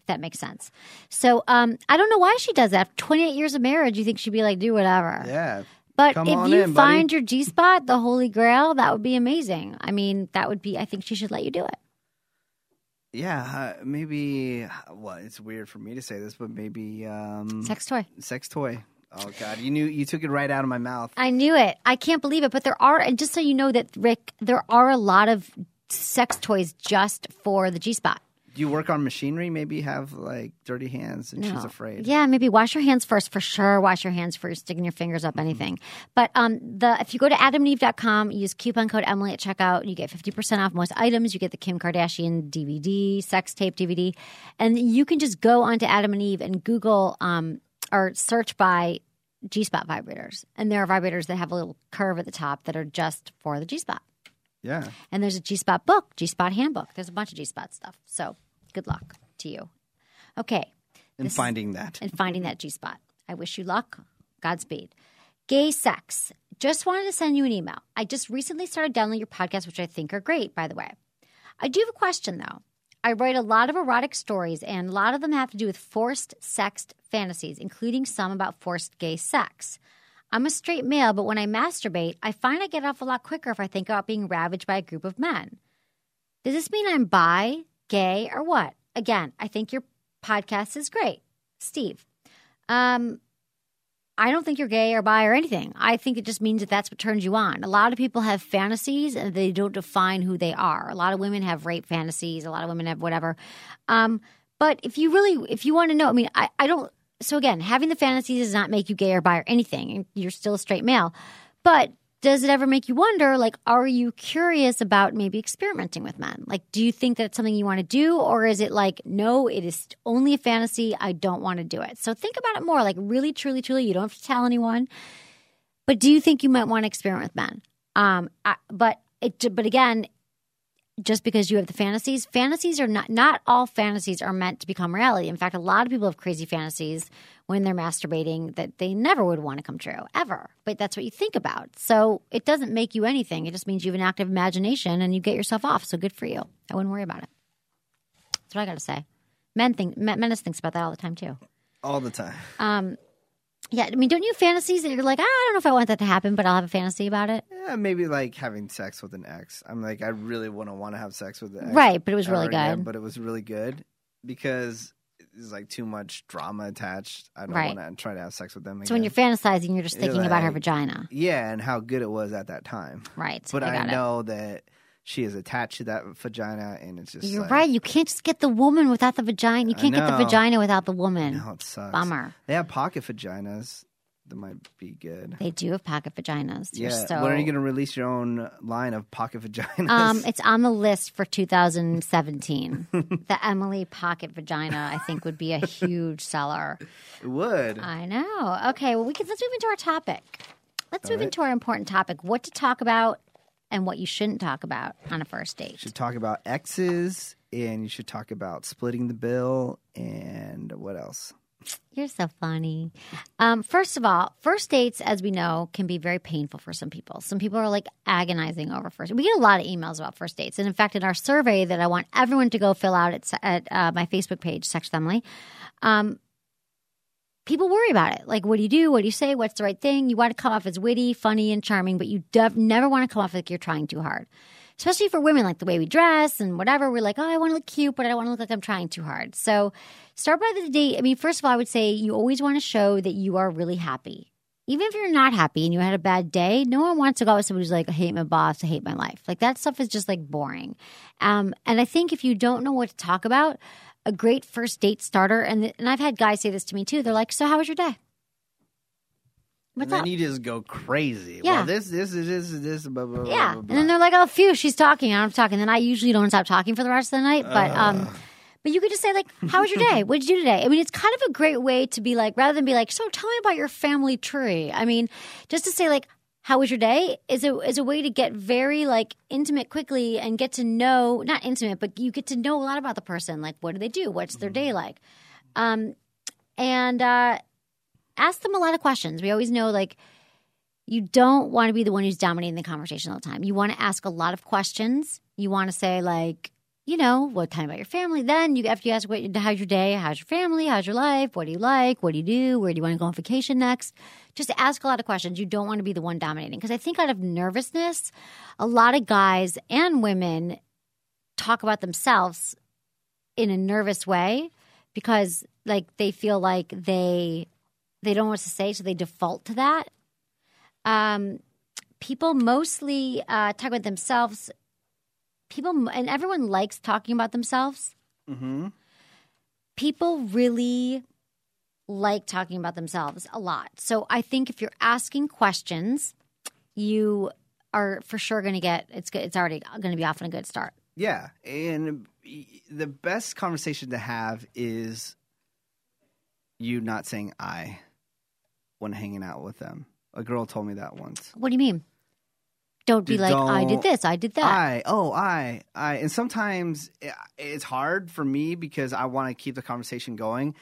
If that makes sense. So um, I don't know why she does that. After 28 years of marriage, you think she'd be like, do whatever.
Yeah,
But
Come
if
on
you
in, buddy.
find your G spot, the holy grail, that would be amazing. I mean, that would be, I think she should let you do it.
yeah. Uh, maybe. Well, it's weird for me to say this, but maybe um,
Sex toy.
sex toy. Oh God, you knew you took it right out of my mouth.
I knew it. I can't believe it. But there are, and just so you know that, Rick, there are a lot of sex toys just for the G spot.
you work on machinery, maybe have like dirty hands and she's
No.
afraid.
Yeah, maybe wash your hands first for sure. Wash your hands first, sticking your fingers up, anything. But um, the if you go to adamneve.com, use coupon code Emily at checkout, you get 50% off most items. You get the Kim Kardashian DVD, sex tape DVD. And you can just go onto Adam and Eve and Google um, or search by G spot vibrators. And there are vibrators that have a little curve at the top that are just for the G spot.
Yeah.
And there's a G Spot book, G Spot handbook. There's a bunch of G Spot stuff. So good luck to you. Okay.
And finding that.
And finding that G Spot. I wish you luck. Godspeed. Gay sex. Just wanted to send you an email. I just recently started downloading your podcast, which I think are great, by the way. I do have a question, though. I write a lot of erotic stories, and a lot of them have to do with forced sexed fantasies, including some about forced gay sex. I'm a straight male, but when I masturbate, I find I get off a lot quicker if I think about being ravaged by a group of men. Does this mean I'm bi, gay, or what? Again, I think your podcast is great, Steve. Um, I don't think you're gay or bi or anything. I think it just means that that's what turns you on. A lot of people have fantasies and they don't define who they are. A lot of women have rape fantasies. A lot of women have whatever. Um, but if you really, if you want to know, I mean, I, I don't. So again, having the fantasies does not make you gay or bi or anything. and You're still a straight male. But does it ever make you wonder, like, are you curious about maybe experimenting with men? Like, do you think that's something you want to do? Or is it like, no, it is only a fantasy. I don't want to do it. So think about it more. Like, really, truly, truly, you don't have to tell anyone. But do you think you might want to experiment with men? Um, I, but it, but again, just because you have the fantasies, fantasies are not not all fantasies are meant to become reality. In fact, a lot of people have crazy fantasies when they're masturbating that they never would want to come true ever. But that's what you think about. So it doesn't make you anything. It just means you have an active imagination and you get yourself off. So good for you. I wouldn't worry about it. That's what I got to say. Men think men, menace thinks about that all the time too. Um,
All the time.
Yeah, I mean, don't you have fantasies that you're like, "Ah, I don't know if I want that to happen, but I'll have a fantasy about it.
Yeah, maybe like having sex with an ex. I'm like, I really wouldn't want to have sex with an ex.
Right, but it was really
ever again,
good.
but it was really good because there's like too much drama attached. I don't
Right.
want to try to have sex with them. Again.
So when you're fantasizing, you're just
You're
thinking about her
like-
vagina,
yeah, and how good it was at that time.
right?
But I,
got it.
know that she is attached to that vagina, and it's just
You're
like,
right. You can't just get the woman without the vagina. You
I
can't get the
know.
vagina without the woman.
No, oh, it sucks.
Bummer.
They have pocket vaginas that might be good.
They do have pocket vaginas. You're
yeah.
So,
When are you going to release your own line of pocket vaginas?
um, it's on the list for 2017. the Emily Pocket Vagina, I think, would be a huge seller.
it would.
I know. Okay. Well, we can let's move into our topic. Let's move into our important topic: what to talk about and what you shouldn't talk about on a first date.
should talk about exes and you should talk about splitting the bill and what else?
You're so funny. Um, first of all, first dates, as we know, can be very painful for some people. Some people are like agonizing over first. We get a lot of emails about first dates, and in fact, in our survey that I want everyone to go fill out at, at uh, my Facebook page, Sex with Emily, um, people worry about it. Like, what do you do? What do you say? What's the right thing? You want to come off as witty, funny, and charming, but you dev- never want to come off like you're trying too hard. Especially for women, like the way we dress and whatever, we're like, oh, I want to look cute, but I don't want to look like I'm trying too hard. So start by the date. I mean, first of all, I would say you always want to show that you are really happy. Even if you're not happy and you had a bad day, no one wants to go out with somebody who's like, I hate my boss, I hate my life. Like that stuff is just like boring. Um, and I think if you don't know what to talk about, a great first date starter, and, and I've had guys say this to me too. They're like, So, how was your day? What's
and then
up?
you just go crazy.
Yeah.
Well, this, this, is this, is this, blah, blah, blah,
Yeah.
blah,
And
blah.
then they're like, oh, phew, she's talking. I'm talking. Then I usually don't stop talking for the rest of the night. But,
Uh.
um, but you could just say, like, how was your day? What did you do today? I mean, it's kind of a great way to be like, rather than be like, so tell me about your family tree. I mean, just to say, like, how was your day is a is a way to get very like intimate quickly and get to know not intimate but you get to know a lot about the person like what do they do what's their
Mm-hmm.
day like um and uh ask them a lot of questions we always know like you don't want to be the one who's dominating the conversation all the time. You want to ask a lot of questions. You want to say like, you know, what time about your family? Then you after you ask what how's your day, how's your family, how's your life, what do you like, what do you do, where do you want to go on vacation next? Just ask a lot of questions. You don't want to be the one dominating because I think out of nervousness, a lot of guys and women talk about themselves in a nervous way because like they feel like they they don't know what to say, so they default to that um, people mostly uh, talk about themselves people and everyone likes talking about themselves.
Mm-hmm.
People really like talking about themselves a lot. So I think if you're asking questions, you are for sure going to get it's good. It's already going to be off on a good start.
Yeah, and the best conversation to have is you not saying I when hanging out with them. A girl told me that once.
What do you mean? Don't be
You
like I did
don't-
this, I did that.
I, oh, I, I. And sometimes i- it's hard for me because I want to keep the conversation going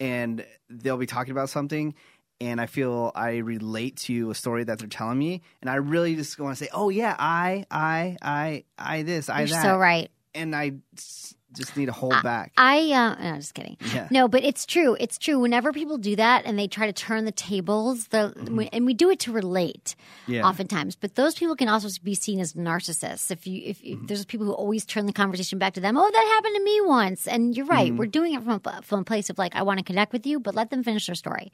and they'll be talking about something and I feel I relate to a story that they're telling me and I really just want to say, oh, yeah, I, I, I, I this, I
You're
that.
so right.
And I s- just need to hold back.
I uh, no, just kidding.
Yeah.
No, but it's true. It's true. Whenever people do that and they try to turn the tables, the and we do it to relate,
Yeah.
oftentimes. But those people can also be seen as narcissists. If you if, if there's people who always turn the conversation back to them, oh, that happened to me once. And you're right. We're doing it from a, from a place of like I want to connect with you, but let them finish their story.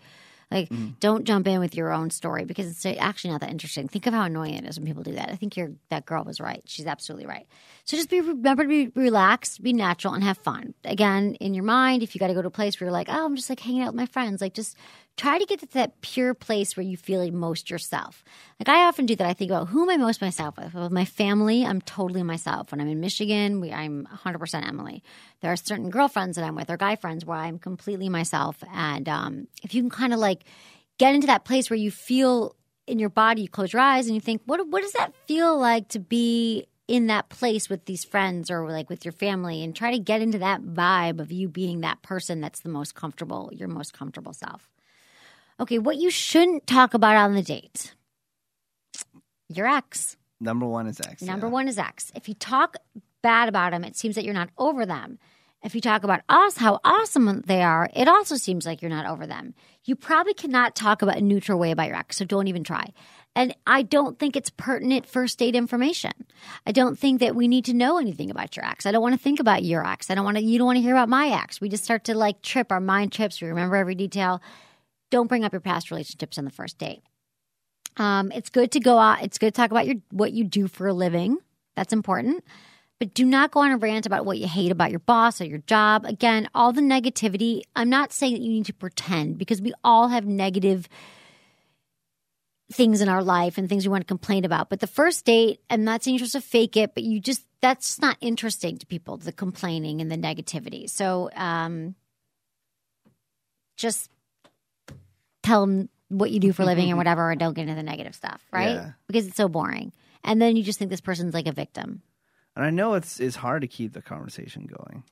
Like, don't jump in with your own story because it's actually not that interesting. Think of how annoying it is when people do that. I think your that girl was right. She's absolutely right. So just be remember to be relaxed, be natural, and have fun. Again, in your mind, if you got to go to a place where you're like, oh, I'm just like hanging out with my friends, like just try to get to that pure place where you feel most yourself. Like I often do that. I think about who am I most myself with? With my family, I'm totally myself. When I'm in Michigan, we, I'm 100% Emily. There are certain girlfriends that I'm with or guy friends where I'm completely myself. And um, if you can kind of like get into that place where you feel in your body, you close your eyes and you think, what what does that feel like to be in that place with these friends or like with your family and try to get into that vibe of you being that person that's the most comfortable, your most comfortable self. Okay, what you shouldn't talk about on the date. Your ex.
Number one is X.
Number
yeah.
one is ex. If you talk bad about them, it seems that you're not over them. If you talk about us, how awesome they are, it also seems like you're not over them. You probably cannot talk about a neutral way about your ex, so don't even try. And I don't think it's pertinent first date information. I don't think that we need to know anything about your ex. I don't want to think about your ex. I don't want to. You don't want to hear about my ex. We just start to like trip. Our mind trips. We remember every detail. Don't bring up your past relationships on the first date. Um, it's good to go out. It's good to talk about your what you do for a living. That's important. But do not go on a rant about what you hate about your boss or your job. Again, all the negativity. I'm not saying that you need to pretend because we all have negative things in our life and things we want to complain about. But the first date, I'm not saying you're supposed to fake it, but you just that's just not interesting to people, the complaining and the negativity. So um just tell them what you do for a living and whatever and don't get into the negative stuff, right?
Yeah.
Because it's so boring. And then you just think this person's like a victim.
And I know it's it's hard to keep the conversation going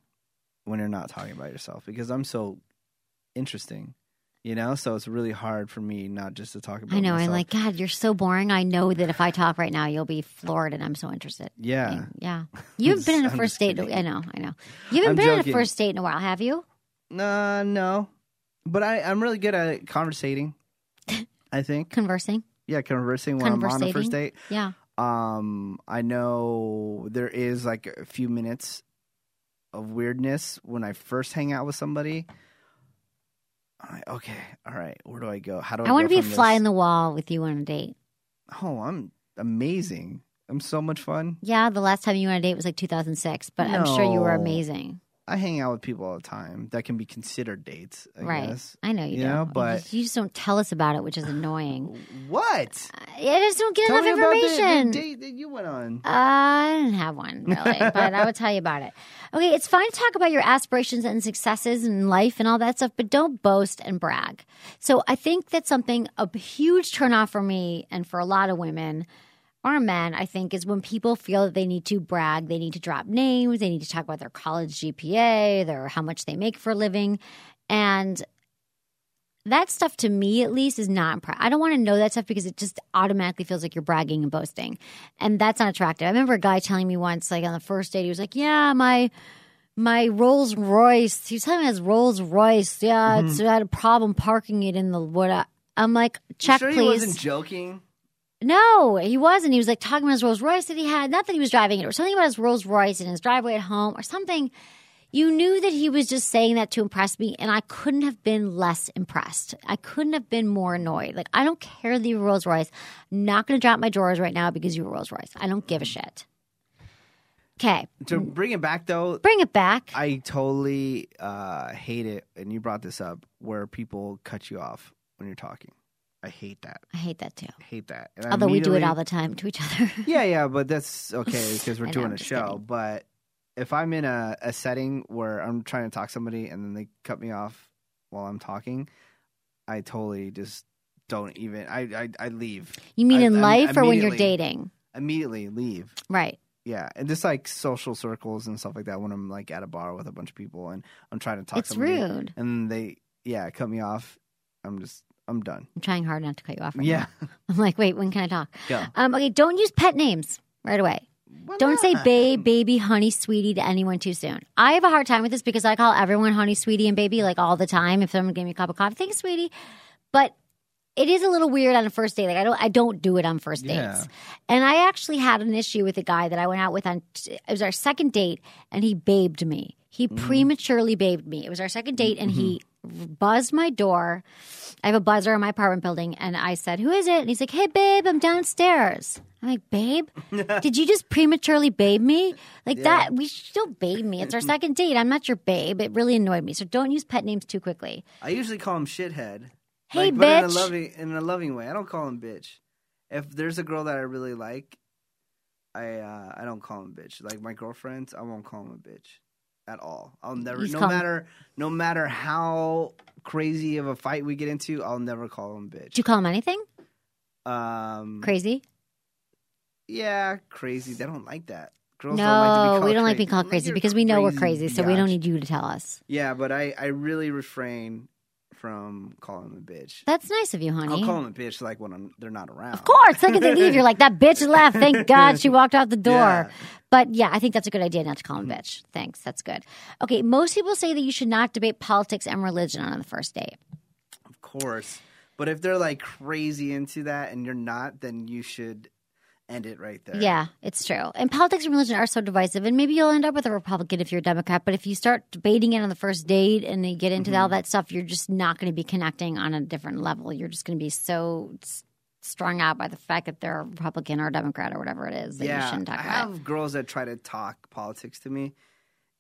when you're not talking about yourself because I'm so interesting, you know. So it's really hard for me not just to talk about.
I know. I'm
myself.
like, God, you're so boring. I know that if I talk right now, you'll be floored, and I'm so interested.
yeah.
Yeah, you haven't been in a
I'm
first
just
date.
kidding.
I know. I know. You haven't
I'm
been in
joking.
a first date in a while, have you?
Nah, no, but I I'm really good at conversating. I think
Conversing.
yeah, conversing when I'm on the first
Conversating?
date.
Yeah.
Um, I know there is like a few minutes of weirdness when I first hang out with somebody. I'm like, okay, all right, where do I go? How do I?
I want to be a fly
in
in the wall with you on a date.
Oh, I'm amazing. I'm so much fun.
Yeah, the last time you went on a date was like 2006, but I'm sure you were
No.
amazing.
I hang out with people all the time that can be considered dates, I
right.
guess.
I know you,
You
do.
know,
You
but-
just- you just don't tell us about it, which is annoying.
What?
I just don't get
Tell
enough
me about the-
information.
the, date that you went on.
Uh, I didn't have one really, but I would tell you about it. Okay, it's fine to talk about your aspirations and successes in life and all that stuff, but don't boast and brag. So I think that's something a huge turnoff for me and for a lot of women or men, I think, is when people feel that they need to brag, they need to drop names, they need to talk about their college GPA, their how much they make for a living, and that stuff to me at least is not impre- i don't want to know that stuff because it just automatically feels like you're bragging and boasting and that's not attractive i remember a guy telling me once like on the first date he was like yeah my my rolls royce he was telling me his rolls royce yeah
Mm-hmm.
it's I had a problem parking it in the what I, i'm like check
sure
please
he wasn't joking.
no, he wasn't. He was like talking about his Rolls Royce that he had. Not that he was driving it, or something about his Rolls Royce in his driveway at home, or something. You knew that he was just saying that to impress me, and I couldn't have been less impressed. I couldn't have been more annoyed. Like, I don't care that you were Rolls Royce. I'm not going to drop my drawers right now because you were Rolls Royce. I don't give a shit. Okay,
to bring it back though,
bring it back.
I totally uh, hate it, and you brought this up where people cut you off when you're talking. I hate that.
I hate that too.
I hate that. And I
Although we do it
immediately-
all the time to each other.
Yeah, yeah, but that's okay because we're
I know,
doing
I'm
a
just
show.
kidding.
But if I'm in a, a setting where I'm trying to talk to somebody and then they cut me off while I'm talking, I totally just don't even. I I, I leave
You mean
I-
in
I'm-
life or when you're
immediately.
dating?
immediately. Leave.
Right.
Yeah, and just like social circles and stuff like that. When I'm like at a bar with a bunch of people and I'm trying to talk
it's
to somebody
rude.
and they yeah cut me off, I'm just I'm done.
I'm trying hard not to cut you off. Right
Yeah,
now. I'm like, wait, when can I talk?
Go.
Um, okay, don't use pet names right away.
Why
Don't say
not?
babe, baby, honey, sweetie to anyone too soon. I have a hard time with this because I call everyone honey, sweetie, and baby like all the time. If someone gave me a cup of coffee, thanks, sweetie. But it is a little weird on a first date. Like I don't, I don't do it on first dates.
Yeah.
And I actually had an issue with a guy that I went out with on. It was our second date, and he babed me. He prematurely babed me. It was our second date, and he buzzed my door. I have a buzzer in my apartment building, and I said, "Who is it?" And he's like, "Hey, babe, I'm downstairs." I'm like, "Babe, did you just prematurely babe me like that? We should still babe me. It's our second date. I'm not your babe." It really annoyed me. So don't use pet names too quickly.
I usually call him shithead.
Hey,
like, But in a
bitch.
loving in a loving way. I don't call him bitch. If there's a girl that I really like, I uh, I don't call him bitch. Like my girlfriends, I won't call him a bitch at all. I'll never
You just
no
call him-
matter no matter how crazy of a fight we get into, I'll never call him bitch.
Did you call him anything
um
crazy?
Yeah, crazy. They don't like that. Girls
no,
don't like to be called
we don't like
crazy.
being called
Like,
crazy
you're
because we know we're
crazy,
crazy, so we don't
biatch.
need you to tell us.
Yeah, but I, I really refrain from calling him a bitch.
That's nice of you, honey.
I'll call him a bitch like when I'm, they're not around.
Of course, second they leave, you're like that bitch left. Thank God she walked out the door.
Yeah.
But yeah, I think that's a good idea not to call him bitch. Thanks, that's good. Okay, most people say that you should not debate politics and religion on the first date.
Of course. But if they're like crazy into that and you're not, then you should end it right there.
Yeah, it's true. And politics and religion are so divisive, and maybe you'll end up with a Republican if you're a Democrat. But if you start debating it on the first date and then you get into all
Mm-hmm.
that stuff, you're just not going to be connecting on a different level. You're just going to be so s- strung out by the fact that they're a Republican or a Democrat or whatever it is that you
Yeah.
shouldn't talk
I
about. it.
have girls that try to talk politics to me.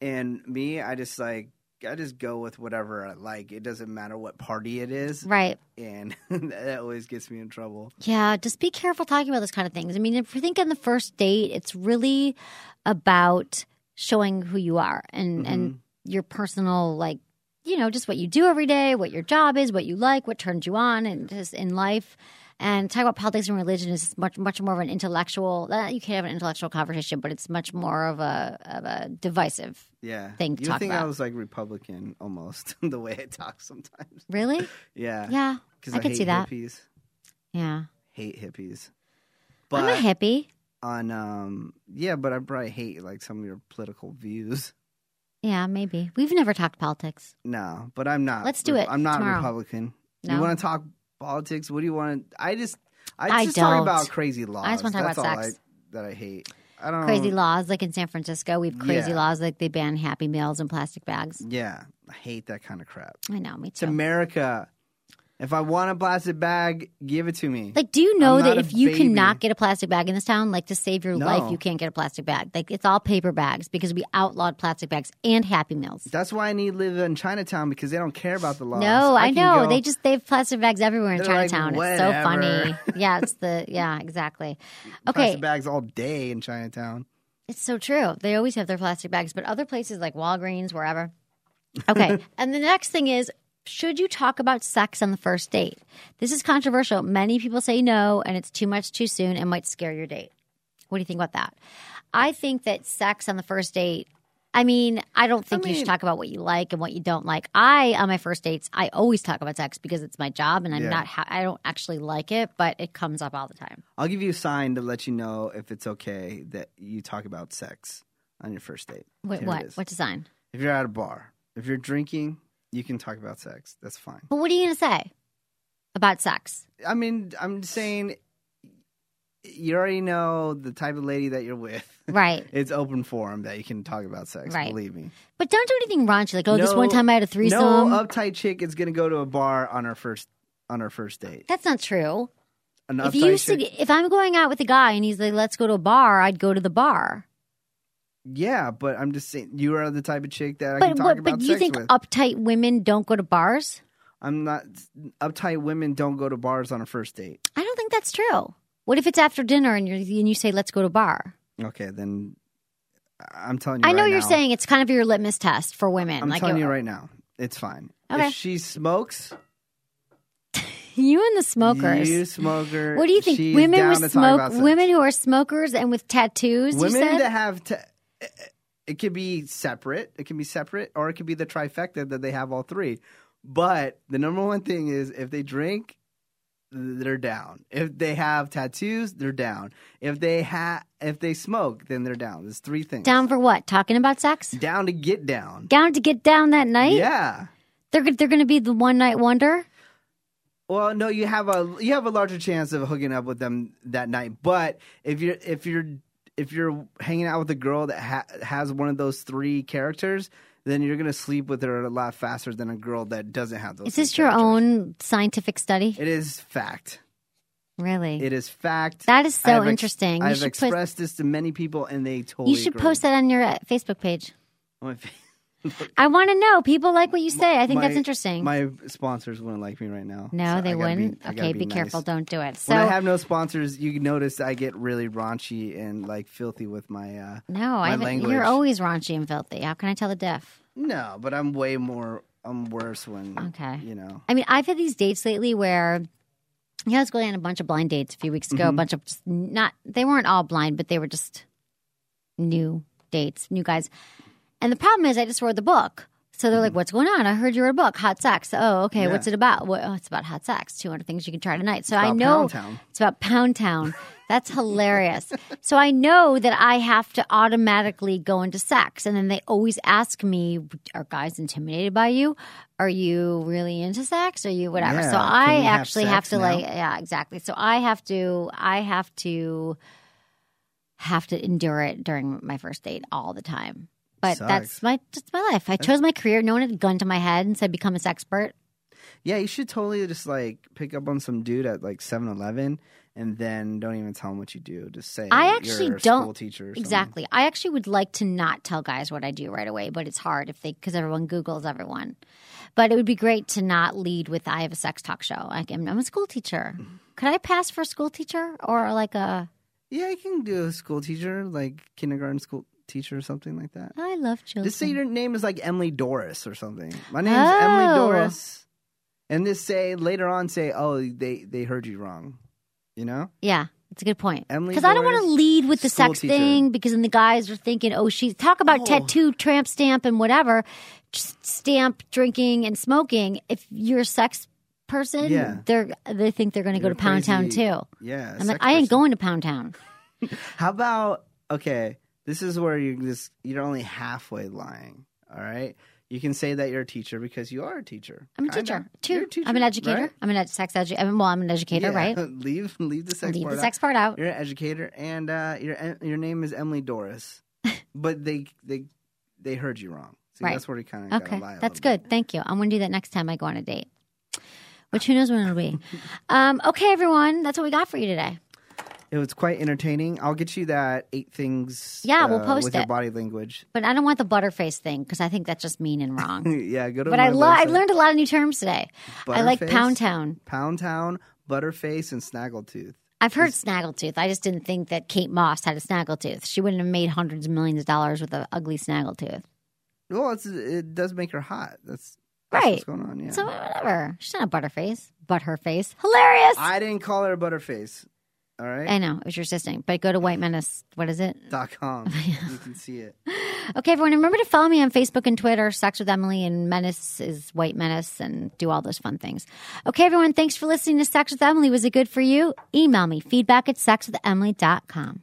And me, I just like, I just go with whatever I like. It doesn't matter what party it is.
Right. Mm.
And that always gets me in trouble.
Yeah, just be careful talking about those kind of things. I mean, if you think on the first date, it's really about showing who you are and and your personal like you know just what you do every day, what your job is, what you like, what turns you on, and just in life. And talk about politics and religion is much much more of an intellectual. uh, You can't have an intellectual conversation, but it's much more of a of a divisive.
Yeah.
Thing to
you
talk
think I
about.
was like Republican almost the way I talk sometimes.
Really?
Yeah.
Yeah,
Because
I
I,
could
hate
see that.
hippies.
yeah.
Hate hippies.
I'm a hippie.
on um yeah, but I probably hate like some of your political views.
Yeah, maybe. We've never talked politics.
No, but I'm not.
Let's do it
I'm not
tomorrow.
Republican. You
No?
want to talk politics? What do you want? to I just I
I
just
don't.
talk about crazy laws.
I just wanna talk
That's
about
all
sex.
I, that I hate. I don't
crazy laws like in San Francisco. We have crazy
Um, Yeah.
laws like they ban happy meals and plastic bags.
Yeah, I hate that kind of crap.
I know, me
It's
too.
America. If I want a plastic bag, give it to me.
like, do you know
I'm
that
not a
if you
baby.
cannot get a plastic bag in this town, like to save your
No.
life, you can't get a plastic bag? Like, it's all paper bags because we outlawed plastic bags and Happy Meals.
That's why I need to live in Chinatown because they don't care about the laws.
No, I,
can
know.
go-
They just they have plastic bags everywhere in
They're like,
Chinatown. it's so funny.
"Whatever."
yeah, it's the yeah, exactly. Okay,
plastic bags all day in Chinatown.
It's so true. They always have their plastic bags, but other places like Walgreens, wherever. Okay. and the next thing is should you talk about sex on the first date? This is controversial. Many people say no, and it's too much too soon and might scare your date. What do you think about that? I think that sex on the first date. I mean, I don't think you should
mean-
talk about what you like and what you don't like. I on my first dates, I always talk about sex because it's my job, and I'm
Yeah.
not. Ha- I don't actually like it, but it comes up all the time.
I'll give you a sign to let you know if it's okay that you talk about sex on your first date.
Wait,
Here it
what?
is.
What design?
If you're at a bar, if you're drinking, you can talk about sex. That's fine.
But what are you going to say about sex?
I mean, I'm saying you already know the type of lady that you're with.
Right.
It's open forum that you can talk about sex.
Right.
Believe me.
But don't do anything raunchy. Like, oh, this
No- uh,
one time I had a threesome.
No uptight chick is going to go to a bar on her first on her first date.
That's not true.
An
If
uptight
you
chick,
sug- if I'm going out with a guy and he's like, "Let's go to a bar," I'd go to the bar.
Yeah, but I'm just saying you are the type of chick that I can
But
talk
what,
about
but you
sex
think
with.
uptight women don't go to bars?
I'm not uptight. Women don't go to bars on a first date.
I don't think that's true. What if it's after dinner and you and you say let's go to bar?
Okay, then I'm telling you.
I know
right
you're
now.
saying it's kind of your litmus test for women.
I'm
like
telling
it-
you right now, it's fine.
Okay.
If she smokes,
you and the smokers.
you smoker.
what do you think?
she's
Women
down to
with
talk
smoke,
about sex.
women who are smokers and with tattoos. you
women
said?
that have. T- it could be separate. It can be separate, or it could be the trifecta that they have all three. But the number one thing is if they drink, they're down. If they have tattoos, they're down. If they ha- if they smoke, then they're down. There's three things.
down for what? Talking about sex?
down to get down.
Down to get down that night?
Yeah.
They're go- they're going to be the one night wonder.
Well, no, you have a you have a larger chance of hooking up with them that night. But if you're if you're if you're hanging out with a girl that ha- has one of those three characters, then you're gonna sleep with her a lot faster than a girl that doesn't have those.
Is
three
this your
characters.
own scientific study?
It is fact.
really?
It is fact.
That is so
I have
interesting. You
I've
should put-
expressed this to many people, and they totally.
you should post that on your uh, Facebook page.
that.
I want to know. People like what you say. I think
My-
that's interesting.
My sponsors wouldn't like me right now.
no,
so I
they
gotta be-
wouldn't.
I gotta
okay, be,
nice.
careful. Don't do it. So
when I have no sponsors, you notice I get really raunchy and like filthy with my. uh
no, I haven't-
language.
you're always raunchy and filthy. How can I tell the diff?
No, but I'm way more. I'm worse when.
Okay.
You know.
I mean, I've had these dates lately where you know, I was going on a bunch of blind dates a few weeks ago. A bunch of just not they weren't all blind, but they were just new dates, new guys. And the problem is, I just wrote the book. So they're like, "What's going on? I heard you wrote a book, Hot Sex. Oh, okay. What's it about? What, oh, it's about hot sex. Two hundred things you can try tonight. So I
about
know
Pound Town.
it's about Pound Town. That's hilarious. so I know that I have to automatically go into sex, and then they always ask me, "Are guys intimidated by you? Are you really into sex? Are you whatever?"
Yeah,
so
can
I
we have
actually
sex
have to
now?
like, yeah, exactly. So I have to, I have to have to endure it during my first date all the time. But
Sucks.
that's my that's my life. I chose my career. No one had a gun to my head and said become a sexpert.
Yeah, you should totally just like pick up on some dude at like 7-Eleven and then don't even tell him what you do. Just say
I actually
you're a
don't
school teacher. Or something.
exactly. I actually would like to not tell guys what I do right away, but it's hard if they because everyone Google's everyone. But it would be great to not lead with I have a sex talk show. I am, I'm a school teacher. Could I pass for a school teacher or like a
Yeah, you can do a school teacher, like kindergarten school teacher or something like that.
I love children?
Just say your name is like Emily Doris or something. My name's
Oh.
Emily Doris. And just say later on, say, oh, they they heard you wrong. You know.
Yeah, it's a good point.
Emily
Because I don't want to
Doris,
lead with the
school
sex
teacher.
thing because then the guys are thinking, oh, she's talk about tattoo, tramp stamp, and whatever, just stamp, drinking, and smoking. If you're a sex person,
Yeah.
they're they think they're going to go
You're
to Pound Town
crazy.
too.
Yeah.
I'm
sex
like, I ain't
person.
going to Pound Town.
How about okay? This is where you just you're only halfway lying. All right, you can say that you're a teacher because you are a teacher.
I'm a
Kinda.
teacher
You're
too.
a teacher,
I'm an educator.
right?
I'm an ed- sex educator. well, I'm an educator,
Yeah.
right?
Leave leave the sex
Leave
part
the
out.
sex part out.
You're an educator, and uh, your your name is Emily Doris, but they they they heard you wrong. So
Right.
that's where you kind of
Okay,
Gotta lie a
that's
little
good. Thank you. I'm going to do that next time I go on a date. Which who knows when it'll be. um, okay, everyone, that's what we got for you today.
Bit. It was quite entertaining. I'll get you that eight things.
Yeah, we'll
uh,
post
with your
it.
body language.
But I don't want the butterface thing because I think that's just mean and wrong.
yeah, go to.
but
my
I, lo- I
website.
learned a lot of new terms today. I like
Butterface?
Pound Town.
Pound Town, Butterface, and Snaggletooth.
I've heard snaggletooth. I just didn't think that Kate Moss had a snaggletooth. She wouldn't have made hundreds of millions of dollars with an ugly snaggletooth.
Well, it's, it does make her hot. That's, that's
Right.
What's going on? Yeah.
So uh, whatever. She's not a butterface, but her face. Hilarious. I,
I didn't call her Butterface. All right.
know it was your sister, but go to White Menace. What is it?
Dot com. you can see it.
Okay, everyone, remember to follow me on Facebook and Twitter. Sex with Emily and Menace is White Menace, and do all those fun things. Okay, everyone, thanks for listening to Sex with Emily. Was it good for you? Email me feedback at sexwithemily.com.